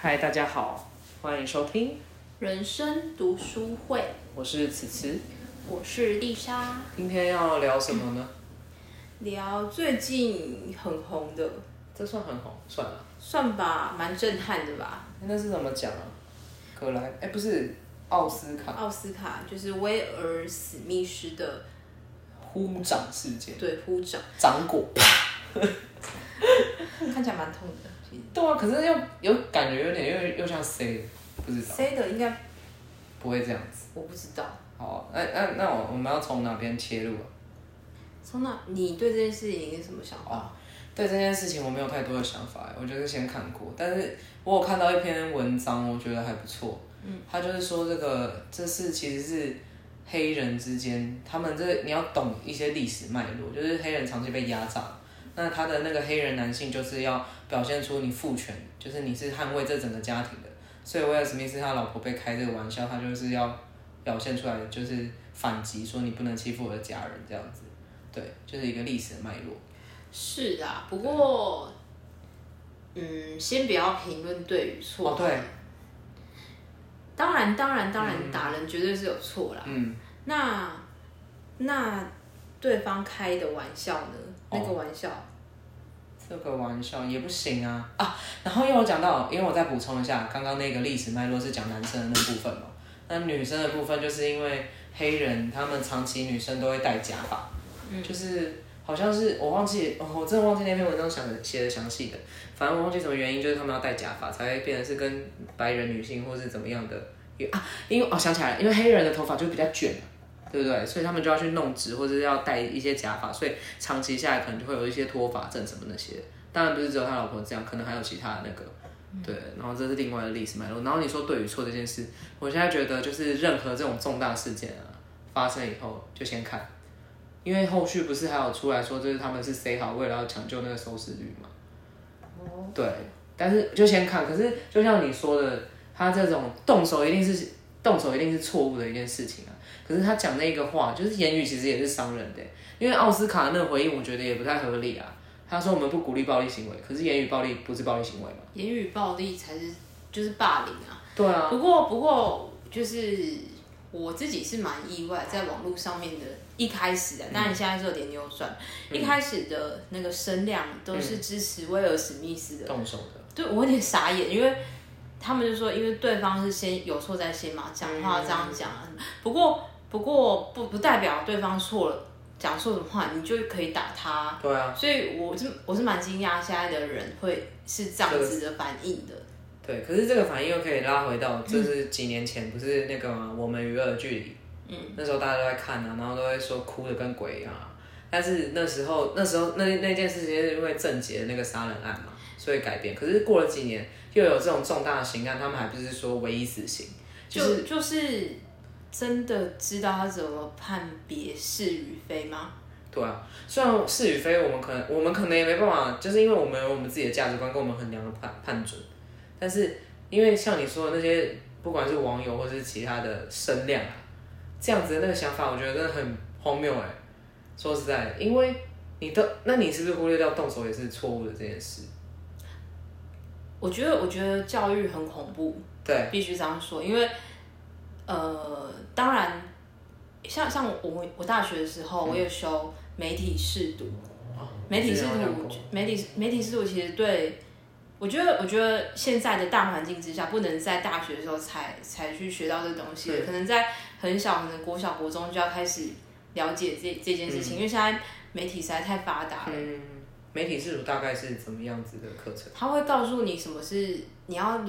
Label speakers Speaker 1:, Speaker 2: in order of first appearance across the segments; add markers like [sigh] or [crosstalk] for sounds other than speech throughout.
Speaker 1: 嗨，大家好，欢迎收听，
Speaker 2: 人生读书会，
Speaker 1: 我是慈慈。
Speaker 2: 我是丽莎。
Speaker 1: 今天要聊什么呢？
Speaker 2: 聊最近很红的，
Speaker 1: 这算很红，算了。
Speaker 2: 算吧，蛮震撼的吧？
Speaker 1: 那是怎么讲啊？格莱，哎，不是奥斯卡
Speaker 2: 奥斯卡就是威尔史密斯的
Speaker 1: 呼掌事件，
Speaker 2: 对呼掌，
Speaker 1: 掌果。
Speaker 2: [laughs] 看起来蛮痛的。其实
Speaker 1: 对啊，可是又有感觉有点又又像 C，不知道，
Speaker 2: 谁的应该
Speaker 1: 不会这样子。
Speaker 2: 我不知道。
Speaker 1: 好，那那那我我们要从哪边切入啊？
Speaker 2: 从那，你对这件事情有什么想法？
Speaker 1: 啊，对这件事情我没有太多的想法，欸我就是先看过，但是我有看到一篇文章，我觉得还不错。嗯，他就是说这个这是其实是黑人之间，他们这你要懂一些历史脉络，就是黑人长期被压榨，那他的那个黑人男性就是要表现出你父权，就是你是捍卫这整个家庭的。所以威尔史密斯他老婆被开这个玩笑，他就是要表现出来的就是反击，说你不能欺负我的家人这样子。对，就是一个历史的脉络。
Speaker 2: 是啊，不过，嗯，先不要评论对与错。
Speaker 1: 哦，对，
Speaker 2: 当然，当然，当然，打人绝对是有错啦。
Speaker 1: 嗯。
Speaker 2: 那那对方开的玩笑呢？
Speaker 1: 哦
Speaker 2: 那个玩笑，
Speaker 1: 这个玩笑也不行啊啊！然后又有讲到，因为我再补充一下，刚刚那个历史脉络是讲男生的那部分嘛，那女生的部分就是因为黑人他们长期女生都会戴假发，就是好像是我忘记，哦、我真的忘记那篇文章想写的详细的，反正我忘记什么原因，就是他们要戴假发才会变成是跟白人女性或是怎么样的，因为啊，因为哦想起来了，因为黑人的头发就比较卷。对不对？所以他们就要去弄直，或者是要戴一些假发，所以长期下来可能就会有一些脱发症什么那些。当然不是只有他老婆这样，可能还有其他的那个。对，然后这是另外的历史脉络。然后你说对与错这件事，我现在觉得就是任何这种重大事件啊发生以后就先看，因为后续不是还有出来说就是他们是 say 好为了要抢救那个收视率嘛。
Speaker 2: 哦，
Speaker 1: 对，但是就先看。可是就像你说的，他这种动手一定是动手一定是错误的一件事情啊。可是他讲那个话，就是言语其实也是伤人的欸。因为奥斯卡那个回应，我觉得也不太合理啊。他说我们不鼓励暴力行为，可是言语暴力不是暴力行为嘛？
Speaker 2: 言语暴力才是就是霸凌啊。
Speaker 1: 对啊，
Speaker 2: 不过不过就是我自己是蛮意外，在网络上面的一开始的，
Speaker 1: 嗯
Speaker 2: 当然现在是有点扭转，一开始的那个声量都
Speaker 1: 嗯
Speaker 2: 是支持威尔史密斯的，
Speaker 1: 动手的，
Speaker 2: 对我有点傻眼，因为。他们就说，因为对方是先有错在先嘛，讲话
Speaker 1: 嗯
Speaker 2: 这样讲啊。不过，不过不不代表对方错了，讲错什么话你就可以打他啊、
Speaker 1: 对啊，
Speaker 2: 所以我是我是蛮惊讶，现在的人会是这样子的反应的。
Speaker 1: 对。可是这个反应又可以拉回到，就是几年前不是那个嘛，我们娱乐的距离，嗯，那时候大家都在看啊，然后都会说哭的跟鬼一样啊。但是那时候，那时候那那件事情是因为郑捷的那个杀人案嘛，所以改变。可是过了几年，又有这种重大的刑案，他们还不是说唯一死刑，就是
Speaker 2: 就就是真的知道他怎么判别是与非吗？
Speaker 1: 对啊，虽然是与非，我们可能我们可能也没办法，就是因为我们有我们自己的价值观跟我们衡量的判判准，但是因为像你说的那些，不管是网友或是其他的声量啊，这样子的那个想法，我觉得真的很荒谬哎、说实在的，因为你的，那你是不是忽略掉动手也是错误的这件事？
Speaker 2: 我觉得，我觉得教育很恐怖，
Speaker 1: 对，
Speaker 2: 必须这样说，因为呃，当然，像像我我大学的时候，我有修媒体试读，
Speaker 1: 哦
Speaker 2: 媒体
Speaker 1: 之
Speaker 2: 试
Speaker 1: 前
Speaker 2: 图
Speaker 1: 嗯有讲过，
Speaker 2: 媒体媒体试图其实对，我觉得我觉得现在的大环境之下，不能在大学的时候才才去学到这东西，可能在很小，可能国小国中就要开始了解这这件事情，因为现在媒体实在太发达了，
Speaker 1: 嗯，媒体制度大概是怎么样子的课程？
Speaker 2: 他会告诉你什么是你要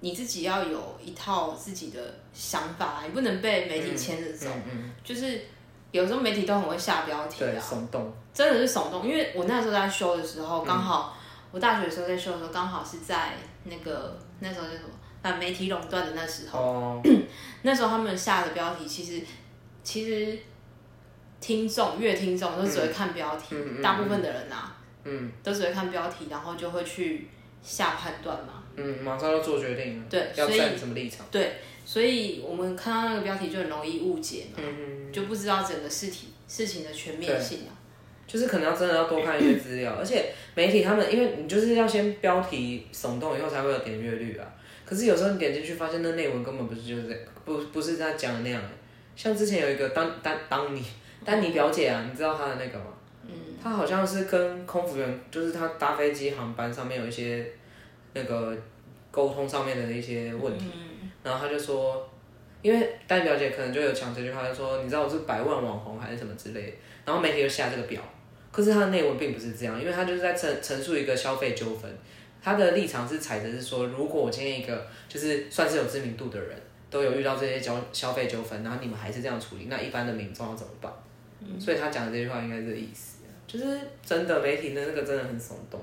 Speaker 2: 你自己要有一套自己的想法，你不能被媒体牵着走，
Speaker 1: 嗯嗯，
Speaker 2: 就是有时候媒体都很会下标题
Speaker 1: 对，
Speaker 2: 啊，
Speaker 1: 耸动，
Speaker 2: 真的是耸动，因为我那时候在修的时候，刚好、我大学的时候在修的时候，刚好是在那个那时候叫什么反媒体垄断的那时候，
Speaker 1: 哦，
Speaker 2: 那时候他们下的标题其实其实听众乐听众都只会看标题，
Speaker 1: 嗯嗯嗯
Speaker 2: 大部分的人啊
Speaker 1: 嗯
Speaker 2: 都只会看标题，然后就会去下判断嘛。
Speaker 1: 嗯，马上要做决定了，
Speaker 2: 对
Speaker 1: 要
Speaker 2: 所以
Speaker 1: 站什么立场？
Speaker 2: 对，所以我们看到那个标题就很容易误解
Speaker 1: 嗯
Speaker 2: 嘛，就不知道整个事体事情的全面性啊。
Speaker 1: 就是可能要真的要多看一些资料，而且媒体他们，因为你就是要先标题耸动，以后才会有点阅率啊。可是有时候你点进去发现那内文根本不是就是这不不是在讲那样的，像之前有一个当当当你丹尼表姐啊，你知道她的那个吗？嗯，她好像是跟空服员，就是她搭飞机航班上面有一些那个沟通上面的一些问题，然后她就说，因为丹尼表姐可能就有讲这句话，就说你知道我是百万网红还是什么之类的，然后媒体就下这个表，可是她的内文并不是这样，因为她就是在陈陈述一个消费纠纷。他的立场是踩着是说，如果我今天一个就是算是有知名度的人，都有遇到这些消消费纠纷，然后你们还是这样处理，那一般的民众要怎么办？所以他讲的这句话应该是这个意思，啊就是真的媒体的那个真的很耸动。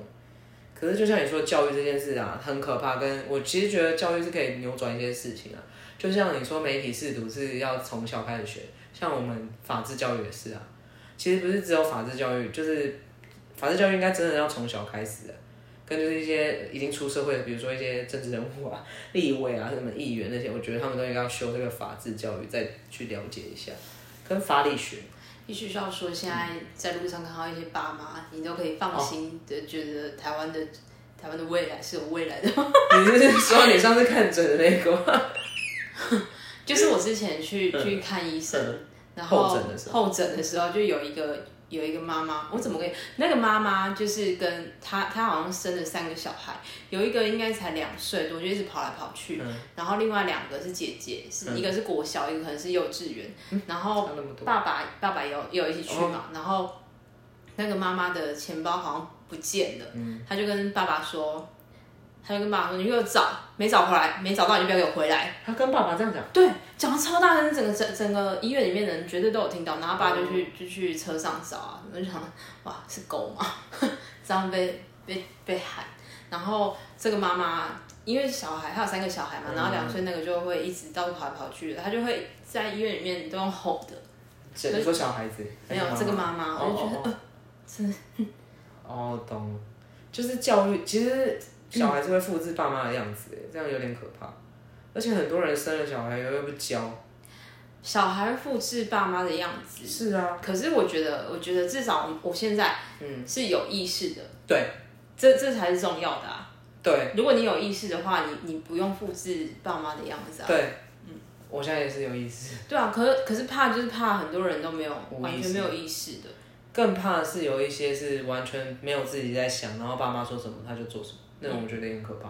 Speaker 1: 可是就像你说教育这件事啊，很可怕。跟我其实觉得教育是可以扭转一些事情啊，就像你说媒体试读是要从小开始学，像我们法治教育也是啊。其实不是只有法治教育，就是法治教育应该真的要从小开始的。跟就是一些已经出社会的，比如说一些政治人物啊、立委啊、什么议员那些，我觉得他们都应该要修这个法治教育，再去了解一下，跟法理学。 [laughs]
Speaker 2: 必须要说，现在
Speaker 1: 嗯
Speaker 2: 在路上看到一些爸妈，你都可以
Speaker 1: 哦
Speaker 2: 放心的觉得台湾的、台湾的未来是有未来的。
Speaker 1: 你是说你上次看诊的那个吗？
Speaker 2: 就是我之前去、去看医生，
Speaker 1: 嗯
Speaker 2: 然后
Speaker 1: 候诊的时
Speaker 2: 候诊的时候就有一个有一个妈妈，我怎么跟那个妈妈就是跟她她好像生了三个小孩，有一个应该才两岁多，就一直跑来跑去，
Speaker 1: 嗯
Speaker 2: 然后另外两个是姐姐，是、一个是国小，一个可能是幼稚园，然后
Speaker 1: 嗯差那么多哦
Speaker 2: 爸爸爸爸也有也有一起去嘛，然后那个妈妈的钱包好像不见了，
Speaker 1: 嗯
Speaker 2: 她就跟爸爸说。她就跟爸爸说：“你给我找，没找回来，没找到你就不要给我回来。”
Speaker 1: 哎他跟爸爸这样讲，
Speaker 2: 对，讲的超大声，整个整整个医院里面的人绝对都有听到，然后爸就去、就去车上找啊，我就想，哇，是狗吗？ [laughs] 这样被被被喊，然后这个妈妈因为小孩，她有三个小孩嘛，然后两岁那个就会一直到处跑来跑去的，她就会在医院里面都用吼的，
Speaker 1: 谁你说小孩子？
Speaker 2: 没有这个妈妈，我就觉得呃
Speaker 1: 得， [laughs] 哦，懂了，就是教育，其实小孩子会复制爸妈的样子，欸这样有点可怕。而且很多人生了小孩以后又不教，
Speaker 2: 小孩复制爸妈的样子。
Speaker 1: 是啊，
Speaker 2: 可是我觉得，我觉得至少我现在
Speaker 1: 嗯
Speaker 2: 是有意识的，
Speaker 1: 对
Speaker 2: 这这才是重要的啊。
Speaker 1: 对
Speaker 2: 如果你有意识的话，你你不用复制爸妈的样子啊。
Speaker 1: 对，我现在也是有意思。
Speaker 2: 对啊，可是可是怕就是怕很多人都没有
Speaker 1: 无
Speaker 2: 完
Speaker 1: 意
Speaker 2: 全没有意识的。
Speaker 1: 更怕的是有一些是完全没有自己在想，然后爸妈说什么他就做什么，那
Speaker 2: 嗯
Speaker 1: 种我觉得也很可怕。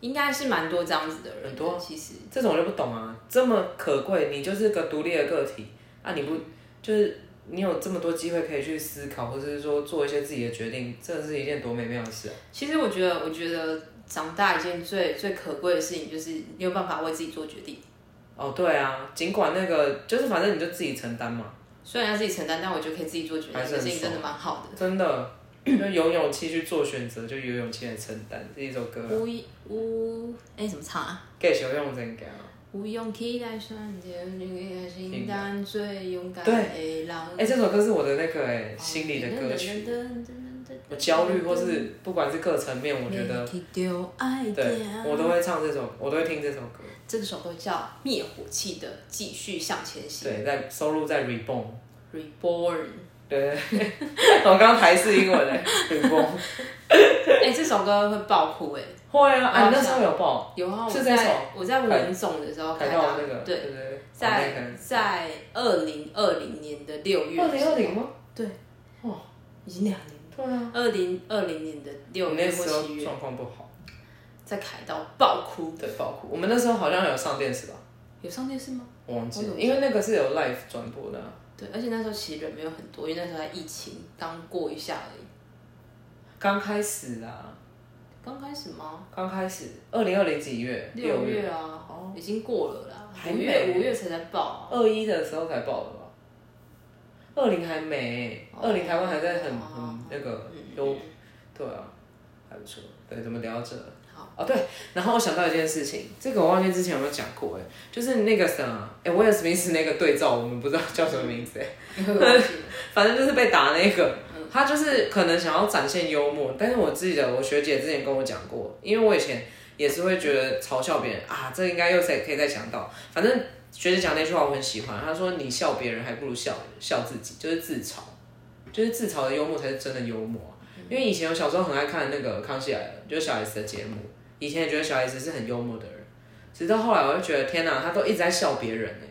Speaker 2: 应该是蛮多这样子的人的，
Speaker 1: 很多
Speaker 2: 其实
Speaker 1: 这种我就不懂啊，这么可贵，你就是个独立的个体啊，你不就是你有这么多机会可以去思考，或者是说做一些自己的决定，这是一件多美妙的事啊！
Speaker 2: 其实我觉得，我觉得长大一件最最可贵的事情就是你有办法为自己做决定。
Speaker 1: 哦，对啊，尽管那个就是反正你就自己承担嘛，
Speaker 2: 虽然要自己承担，但我觉得可以自己做决定，
Speaker 1: 还是
Speaker 2: 这
Speaker 1: 很
Speaker 2: 件事情真的蛮好
Speaker 1: 真的就有勇气去做选择，就有勇气来承担。这一首歌
Speaker 2: 的。无一无哎，怎么唱啊？
Speaker 1: 给小用真感啊！
Speaker 2: 无用期待双手，你的心
Speaker 1: 明白
Speaker 2: 但最勇敢
Speaker 1: 对
Speaker 2: 的人。
Speaker 1: 哎、这首歌是我的那个
Speaker 2: 哦
Speaker 1: 哎、心里的歌曲。我焦虑或是不管是各层面，我觉得对
Speaker 2: 啊
Speaker 1: 我都会唱这首，我都会听这首歌。
Speaker 2: 这首歌叫《灭火器的继续向前行
Speaker 1: 对，在收录在 Reborn。》
Speaker 2: （Reborn）。
Speaker 1: 对，我刚刚台式英文欸嘞，Reborn。
Speaker 2: 哎、这首歌会爆哭哎、
Speaker 1: 会啊，啊，你那时候有报
Speaker 2: 有啊，我
Speaker 1: 是这首
Speaker 2: 在我在文总的时候
Speaker 1: 凯
Speaker 2: 看
Speaker 1: 道
Speaker 2: 到
Speaker 1: 那个，
Speaker 2: 对，
Speaker 1: 对对，哦
Speaker 2: 在在二零二零年的六
Speaker 1: 那
Speaker 2: 月，
Speaker 1: 个二零二零吗？
Speaker 2: 已经两年，
Speaker 1: 对啊，
Speaker 2: 二零二零年的六
Speaker 1: 我那
Speaker 2: 月或
Speaker 1: 时候
Speaker 2: 七月，
Speaker 1: 状况不好，
Speaker 2: 在凯道爆哭，
Speaker 1: 对，爆哭。我们那时候好像有上电视吧，
Speaker 2: 有上电视吗？
Speaker 1: 我忘记
Speaker 2: 我怎
Speaker 1: 了，
Speaker 2: 么
Speaker 1: 因为那个是有 live 转播的啊。
Speaker 2: 对，而且那时候其实人没有很多，因为那时候还疫情刚过一下而已，
Speaker 1: 刚开始啊，
Speaker 2: 刚开始吗？
Speaker 1: 刚开始，二零二零几月？
Speaker 2: 六
Speaker 1: 月，哦
Speaker 2: 月啊，已经过了啦，
Speaker 1: 还
Speaker 2: 五
Speaker 1: 没
Speaker 2: 月五月才在爆
Speaker 1: [laughs]
Speaker 2: 啊。
Speaker 1: 二一的时候才报的吧？二零还没，
Speaker 2: 哦
Speaker 1: 二零台湾还在很
Speaker 2: 哦
Speaker 1: 很那个有，对啊，还不错。对，怎么聊到这？
Speaker 2: 好
Speaker 1: 哦，对，然后我想到一件事情，这个我忘记之前有没有讲过哎，就是那个啥，哎，威尔史密斯那个对照，我们不知道叫什么名字哎， [laughs] 反正就是被打那个，
Speaker 2: 嗯
Speaker 1: 他就是可能想要展现幽默，但是我记得我学姐之前跟我讲过，因为我以前也是会觉得嘲笑别人啊，这应该又再可以再想到，反正学姐讲那句话我很喜欢，她说你笑别人还不如笑笑自己，就是自嘲，就是自嗯嘲的幽默才是真的幽默啊、因为以前我小时候很爱看那个《康熙来了》，就是小 S 的节目，以前也觉得小 S 是很幽默的人，直到后来我就觉得天哪，他都一直在笑别人哎、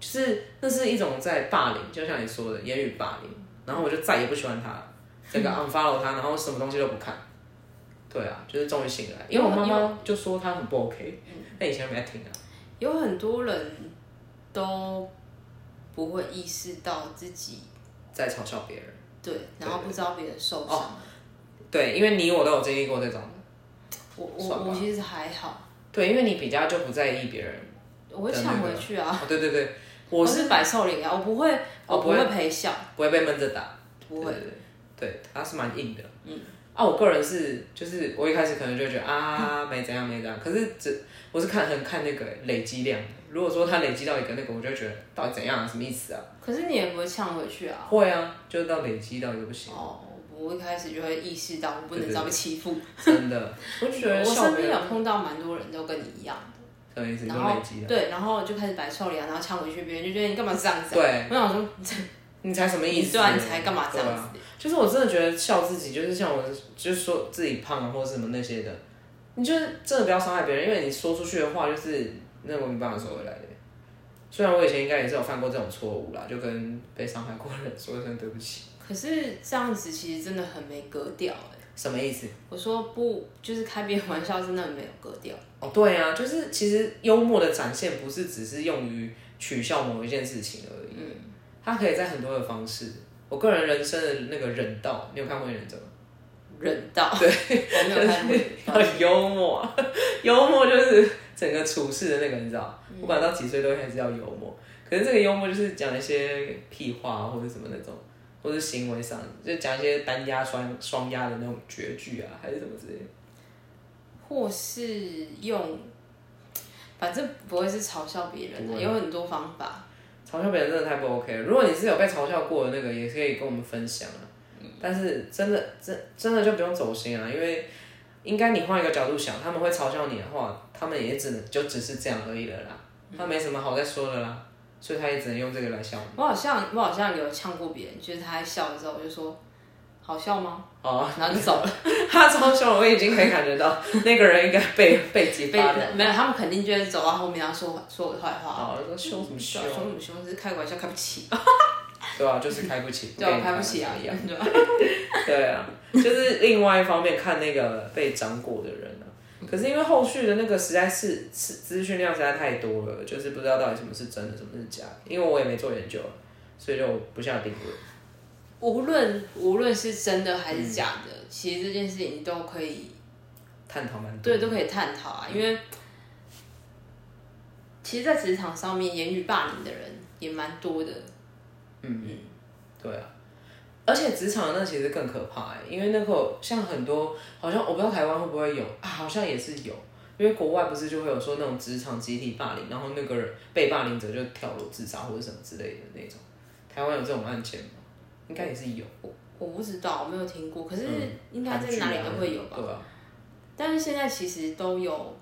Speaker 1: 就是那是一种在霸凌，就像你说的言语霸凌。然后我就再也不喜欢他了，整个 unfollow 他，然后什么东西都不看。对啊，就是终于醒来，因为我妈妈就说他很不 OK，但以前没在听啊。
Speaker 2: 有很多人都不会意识到自己
Speaker 1: 在嘲笑别人。
Speaker 2: 对，然后不知道别人受伤。
Speaker 1: 哦对，因为你我都有经历过这种。
Speaker 2: 我
Speaker 1: 算
Speaker 2: 我
Speaker 1: 吧
Speaker 2: 我其实还好，
Speaker 1: 对，因为你比较就不在意别人。
Speaker 2: 我会抢回去啊。
Speaker 1: 哦，对对对，
Speaker 2: 我
Speaker 1: 我
Speaker 2: 是摆臭脸啊，我不会，
Speaker 1: 哦
Speaker 2: 我
Speaker 1: 不
Speaker 2: 不
Speaker 1: 会
Speaker 2: 会陪笑，
Speaker 1: 不会被闷着打。
Speaker 2: 不会。
Speaker 1: 对。对对对，他是蛮硬的。嗯。啊，我个人是，就是我一开始可能就觉得
Speaker 2: 嗯
Speaker 1: 啊，没怎样没怎样，可是只我是看很看那个累积量的。如果说他累积到一个那个，我就会觉得到底怎样、啊，什么意思啊？
Speaker 2: 可是你也不会呛回去啊。
Speaker 1: 会啊，就是到累积到一个不行，
Speaker 2: 哦，我一开始就会意识到我不能遭被欺负。
Speaker 1: 真的。我就觉得
Speaker 2: [laughs] 我
Speaker 1: 笑
Speaker 2: 身
Speaker 1: 别
Speaker 2: 边
Speaker 1: 人
Speaker 2: 有碰到蛮多人都跟你一样，
Speaker 1: 什么意思？就
Speaker 2: 然后
Speaker 1: 累积了。
Speaker 2: 对，然后就开始摆臭脸啊，然后呛回去，别人就觉得你干嘛这样子啊？
Speaker 1: 对，
Speaker 2: 我想说
Speaker 1: 你才什么意
Speaker 2: 你
Speaker 1: 思？
Speaker 2: 对啊，你才干嘛这
Speaker 1: 对
Speaker 2: 样
Speaker 1: 啊
Speaker 2: 子？
Speaker 1: 就是我真的觉得笑自己，就是像我就是说自己胖啊或者什么那些的，你就是真的不要伤害别人，因为你说出去的话就是那我没办法收回来的。虽然我以前应该也是有犯过这种错误啦，就跟被伤害过的人说一声对不起，
Speaker 2: 可是这样子其实真的很没格调哎、
Speaker 1: 什么意思？
Speaker 2: 我说不，就是开别人玩笑，真的很没有格调。
Speaker 1: 哦，对啊，就是其实幽默的展现不是只是用于取笑某一件事情而已，它可以在很多的方式。我个人人生的那个忍道，你有看过忍者吗？
Speaker 2: 忍到，对，我没有看过忍到。
Speaker 1: 很 [laughs] 幽默，幽默就是整个处事的那个，你知道，
Speaker 2: 嗯
Speaker 1: 不管到几岁都还是要幽默。可是这个幽默就是讲一些屁话、啊、或者什么那种，或是行为上，就讲一些单压双双压的那种绝句啊，还是什么之类的。
Speaker 2: 或是用，反正不会是嘲笑别人
Speaker 1: 不
Speaker 2: 的，
Speaker 1: 会
Speaker 2: 有很多方法。
Speaker 1: 嘲笑别人真的太不 OK 了。如果你是有被嘲笑过的那个，也可以跟我们分享啊。但是真的真真的就不用走心啊，因为应该你换一个角度想，他们会嘲笑你的话，他们也只能就只是这样而已了啦，他没什么好再说的啦，所以他也只能用这个来笑你。
Speaker 2: 我好像我好像有呛过别人，就是他在笑的时候，我就说好笑吗？
Speaker 1: 哦，
Speaker 2: 然后
Speaker 1: [laughs]
Speaker 2: 就走了。
Speaker 1: 他嘲笑我，我已经可以感觉到
Speaker 2: [laughs]
Speaker 1: 那个人应该被被激
Speaker 2: 被
Speaker 1: 发了。
Speaker 2: 没有，他们肯定就会走啊到后面，然后说说我的坏话。
Speaker 1: 哦，说凶什么凶
Speaker 2: 对？啊说什么凶？是开玩笑开不起，
Speaker 1: 对啊，就是开不起，
Speaker 2: 对啊，
Speaker 1: 跟你
Speaker 2: 开不起啊，
Speaker 1: 一样。
Speaker 2: 对吧？
Speaker 1: [laughs] 对啊，就是另外一方面看那个被掌果的人啊。可是因为后续的那个实在是是资讯量实在太多了，就是不知道到底什么是真的，什么是假的。因为我也没做研究，啊所以就不下定论。
Speaker 2: 无论无论是真的还是假的，其实这件事情都可以
Speaker 1: 探讨嗯蛮多。
Speaker 2: 对，都可以探讨啊，因为其实，在职场上面，言语霸凌的人也蛮多的。
Speaker 1: 对啊，而且职场那其实更可怕、欸，因为那个像很多好像我不知道台湾会不会有啊，好像也是有，因为国外不是就会有说那种职场集体霸凌，然后那个人被霸凌者就跳楼自杀或者什么之类的那种。台湾有这种案件吗？应该也是有。
Speaker 2: 我不知道，我没有听过，可是
Speaker 1: 嗯
Speaker 2: 应该在哪里都会有
Speaker 1: 吧？
Speaker 2: 吧。
Speaker 1: 对啊，
Speaker 2: 但是现在其实都有，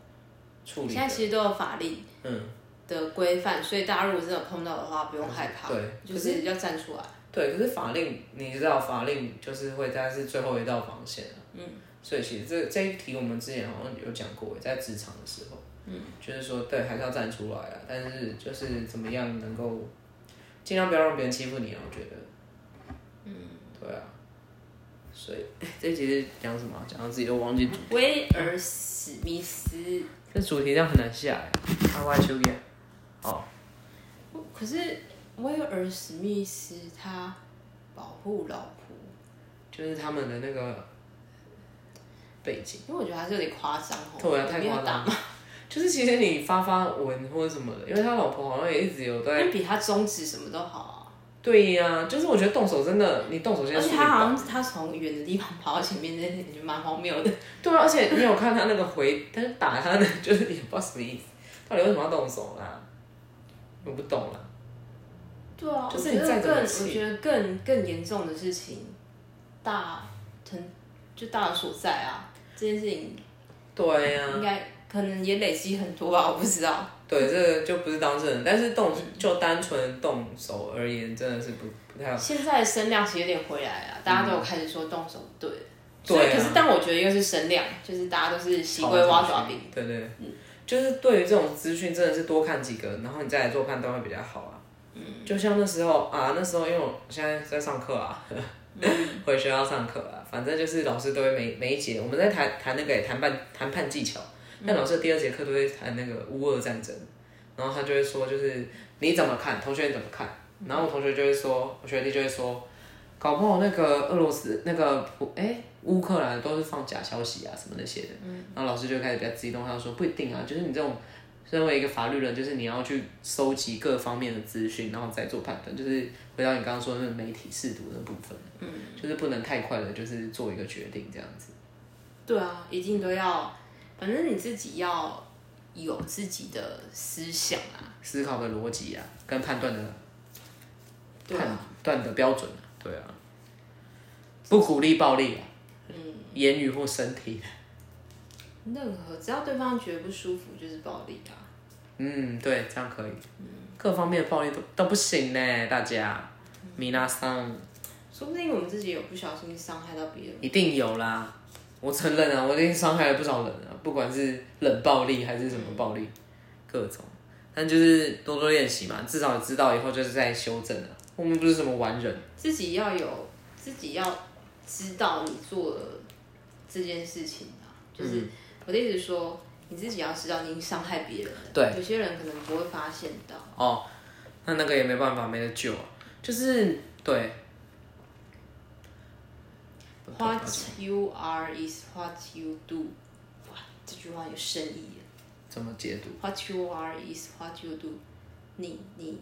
Speaker 1: 处理
Speaker 2: 现在
Speaker 1: 的，
Speaker 2: 其实都有法令
Speaker 1: 嗯，
Speaker 2: 的规范，所以大家如果真的碰到的话，不用害怕，
Speaker 1: 对
Speaker 2: 就
Speaker 1: 可
Speaker 2: 是要站出来。
Speaker 1: 对。可是法令，你知道法令就是会，它是最后一道防线啊。嗯。所以其实这这一题我们之前好像有讲过，在职场的时候，嗯，就是说对，还是要站出来啊，但是就是怎么样能够尽量不要让别人欺负你啊，我觉得，嗯，对啊。所以 [laughs] 这其实讲什么啊？讲到自己都忘记主，
Speaker 2: 威尔史密斯，
Speaker 1: 这主题这样很难下来。阿歪秋叶，哦，
Speaker 2: 可是威尔史密斯他保护老婆，
Speaker 1: 就是他们的那个背景。
Speaker 2: 因为我觉得还是有点夸张哦，
Speaker 1: 对啊，太
Speaker 2: 没有
Speaker 1: 夸
Speaker 2: 打
Speaker 1: 张了。 [laughs] 就是其实你发发文或者什么的，因为他老婆好像也一直有在。
Speaker 2: 那比他中指什么都好啊。
Speaker 1: 对呀、就是我觉得动手真的，你动手先
Speaker 2: 而
Speaker 1: 处
Speaker 2: 且
Speaker 1: 理
Speaker 2: 他好
Speaker 1: 吧。
Speaker 2: 像他从远的地方跑到前面，这点就蛮荒谬的。
Speaker 1: 对啊，而且你有看他那个回，但是打他的 [laughs] 就是也不知道什么意思，到底为什么要动手啦？我不懂啊啦。
Speaker 2: 对
Speaker 1: [laughs]
Speaker 2: 啊
Speaker 1: 就是你再怎么
Speaker 2: 更
Speaker 1: 气
Speaker 2: 我觉得更更严重的事情，大成就大有所在啊。这件事情
Speaker 1: 对啊呀、
Speaker 2: 应该可能也累积很多吧，我不知道。
Speaker 1: 对，这个就不是当事人，但是动就单纯动手而言，真的是不不太好。嗯
Speaker 2: 现在的声量其实有点回来了，大家都有开始说动手不对，所以
Speaker 1: 对啊
Speaker 2: 可是但我觉得又是声量，就是大家都是习惯挖爪嗯饼。
Speaker 1: 对对，就是对于这种资讯真的是多看几个，然后你再来做判断会比较好啊。
Speaker 2: 嗯
Speaker 1: 就像那时候啊，那时候因为我现在在上课啊，
Speaker 2: 嗯
Speaker 1: [laughs] 回学校上课啊，反正就是老师都会每每一节我们在谈谈那个谈判谈判技巧，
Speaker 2: 嗯
Speaker 1: 但老师第二节课都会谈那个乌俄战争，然后他就会说就是你怎么看，同学你怎么看？
Speaker 2: 嗯
Speaker 1: 然后我同学就会说，我学弟就会说，搞不好那个俄罗斯那个普哎乌克兰都是放假消息啊什么那些的，然后老师就开始比较激动，他说不一定啊，就是你这种身为一个法律人，就是你要去收集各方面的资讯，然后再做判断，就是回到你刚刚说的那个媒体试读的部分，嗯，就是不能太快的，就是做一个决定这样子，
Speaker 2: 对啊，一定都要，反正你自己要有自己的思想啊。
Speaker 1: 思考的逻辑啊，跟判断的
Speaker 2: 对
Speaker 1: 判断的标准啊，对啊，不鼓励暴力啊，嗯，言语或身体，
Speaker 2: 任何只要对方觉得不舒服，就是暴力啊。
Speaker 1: 嗯，对，这样可以，各方面的暴力都都不行呢，大家，米娜桑。
Speaker 2: 说不定我们自己有不小心伤害到别人。
Speaker 1: 一定有啦，我承认啊，我已经伤害了不少人啊，不管是冷暴力还是什么暴力，各种。但就是多多练习嘛，至少知道以后就是在修正啊。我们不是什么完人，
Speaker 2: 自己要有，自己要知道你做了这件事情啊。就是、
Speaker 1: 嗯
Speaker 2: 我的意思是说，你自己要知道你伤害别人了。
Speaker 1: 对，
Speaker 2: 有些人可能不会发现到。
Speaker 1: 哦，那那个也没办法，没得救啊。就是对
Speaker 2: What you are is what you do。哇，这句话有深意耶。
Speaker 1: 怎么解读？
Speaker 2: What you are is what you do 你。你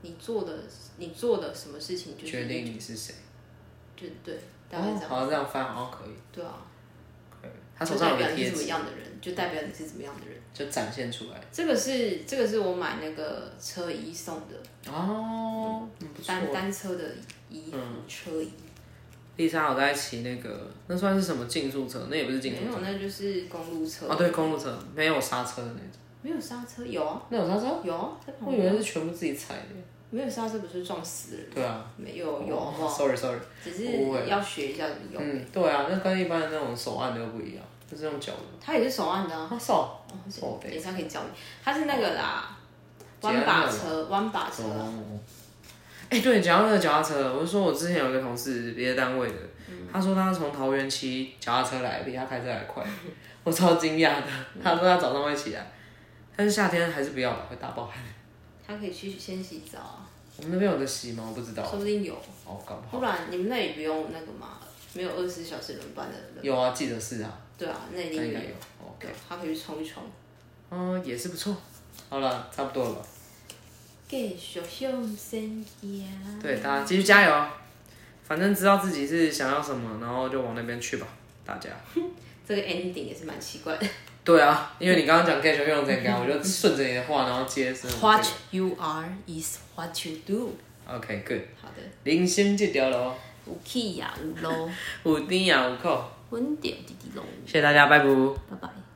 Speaker 2: 你做的你做的什么事情就是
Speaker 1: 决定你是谁。
Speaker 2: 就对，大概
Speaker 1: 哦
Speaker 2: 这，样。
Speaker 1: 好，这样翻哦，可以。
Speaker 2: 对啊，
Speaker 1: 他手
Speaker 2: 就
Speaker 1: 上
Speaker 2: 代
Speaker 1: 有
Speaker 2: 表
Speaker 1: 个
Speaker 2: 你
Speaker 1: 贴
Speaker 2: 是怎么
Speaker 1: 纸，
Speaker 2: 样的人，就代表你是怎么样的人。
Speaker 1: 就展现出来。
Speaker 2: 这个是这个是我买那个车衣送的，
Speaker 1: 哦，嗯不错嗯
Speaker 2: 单单车的衣服、车衣，
Speaker 1: 丽莎有在骑那个，那算是什么竞速车？那也不是竞速
Speaker 2: 没有，那就是公路车。
Speaker 1: 啊，对，公路车没有刹车的那种。
Speaker 2: 没有刹车，有啊
Speaker 1: 那有刹车？哦
Speaker 2: 有啊，在旁
Speaker 1: 我
Speaker 2: 边
Speaker 1: 以为是全部自己踩的。
Speaker 2: 没有刹车不是撞死人？
Speaker 1: 对啊，
Speaker 2: 没有哦有好不好？
Speaker 1: Sorry Sorry。
Speaker 2: 只是
Speaker 1: 不会
Speaker 2: 要学一下怎么用。
Speaker 1: 嗯，对啊，那跟一般的那种手按的又不一样，就是用脚的。
Speaker 2: 它也是手按的啊，
Speaker 1: 啊，手
Speaker 2: 哦
Speaker 1: 手哦
Speaker 2: 等一下可以教你。它是那个啦，
Speaker 1: 捷安特
Speaker 2: 弯把
Speaker 1: 吗
Speaker 2: 车，弯把车。
Speaker 1: 哦。哎、对，讲到那个脚踏车，我就说我之前有一个同事，别的单位的，
Speaker 2: 嗯
Speaker 1: 他说他从桃园骑脚踏车来，比他开车还快，我超惊讶的。
Speaker 2: [laughs]
Speaker 1: 他说他早上会起来，但是夏天还是不要了，会大爆汗。
Speaker 2: 它可以去先洗澡啊，
Speaker 1: 我们那边有的洗吗？我不知道。
Speaker 2: 说不定有。
Speaker 1: 哦，搞不好
Speaker 2: 不然你们那里不用那个嘛，没有二十四小时轮班的人。
Speaker 1: 有啊，记得是啊，
Speaker 2: 对啊，那
Speaker 1: 那
Speaker 2: 一定
Speaker 1: 应该
Speaker 2: 有。
Speaker 1: 有。哦，
Speaker 2: 对，他可以去冲一冲。
Speaker 1: 嗯，也是不错。好了，差不多了吧。
Speaker 2: 继续向前行。
Speaker 1: 对，大家继续加油，反正知道自己是想要什么，然后就往那边去吧，大家。
Speaker 2: 这个 ending 也是蛮奇怪的。
Speaker 1: 对啊，因为你刚刚讲 get 用 [laughs] 这个，我就顺着你的话，然后接是。
Speaker 2: What you are is what you do。
Speaker 1: OK，good，、
Speaker 2: 好的，
Speaker 1: 零星这条咯，
Speaker 2: 有气呀有咯，
Speaker 1: 有甜也有苦，
Speaker 2: 稳点滴滴咯，
Speaker 1: 谢谢大家，拜拜。
Speaker 2: 拜拜。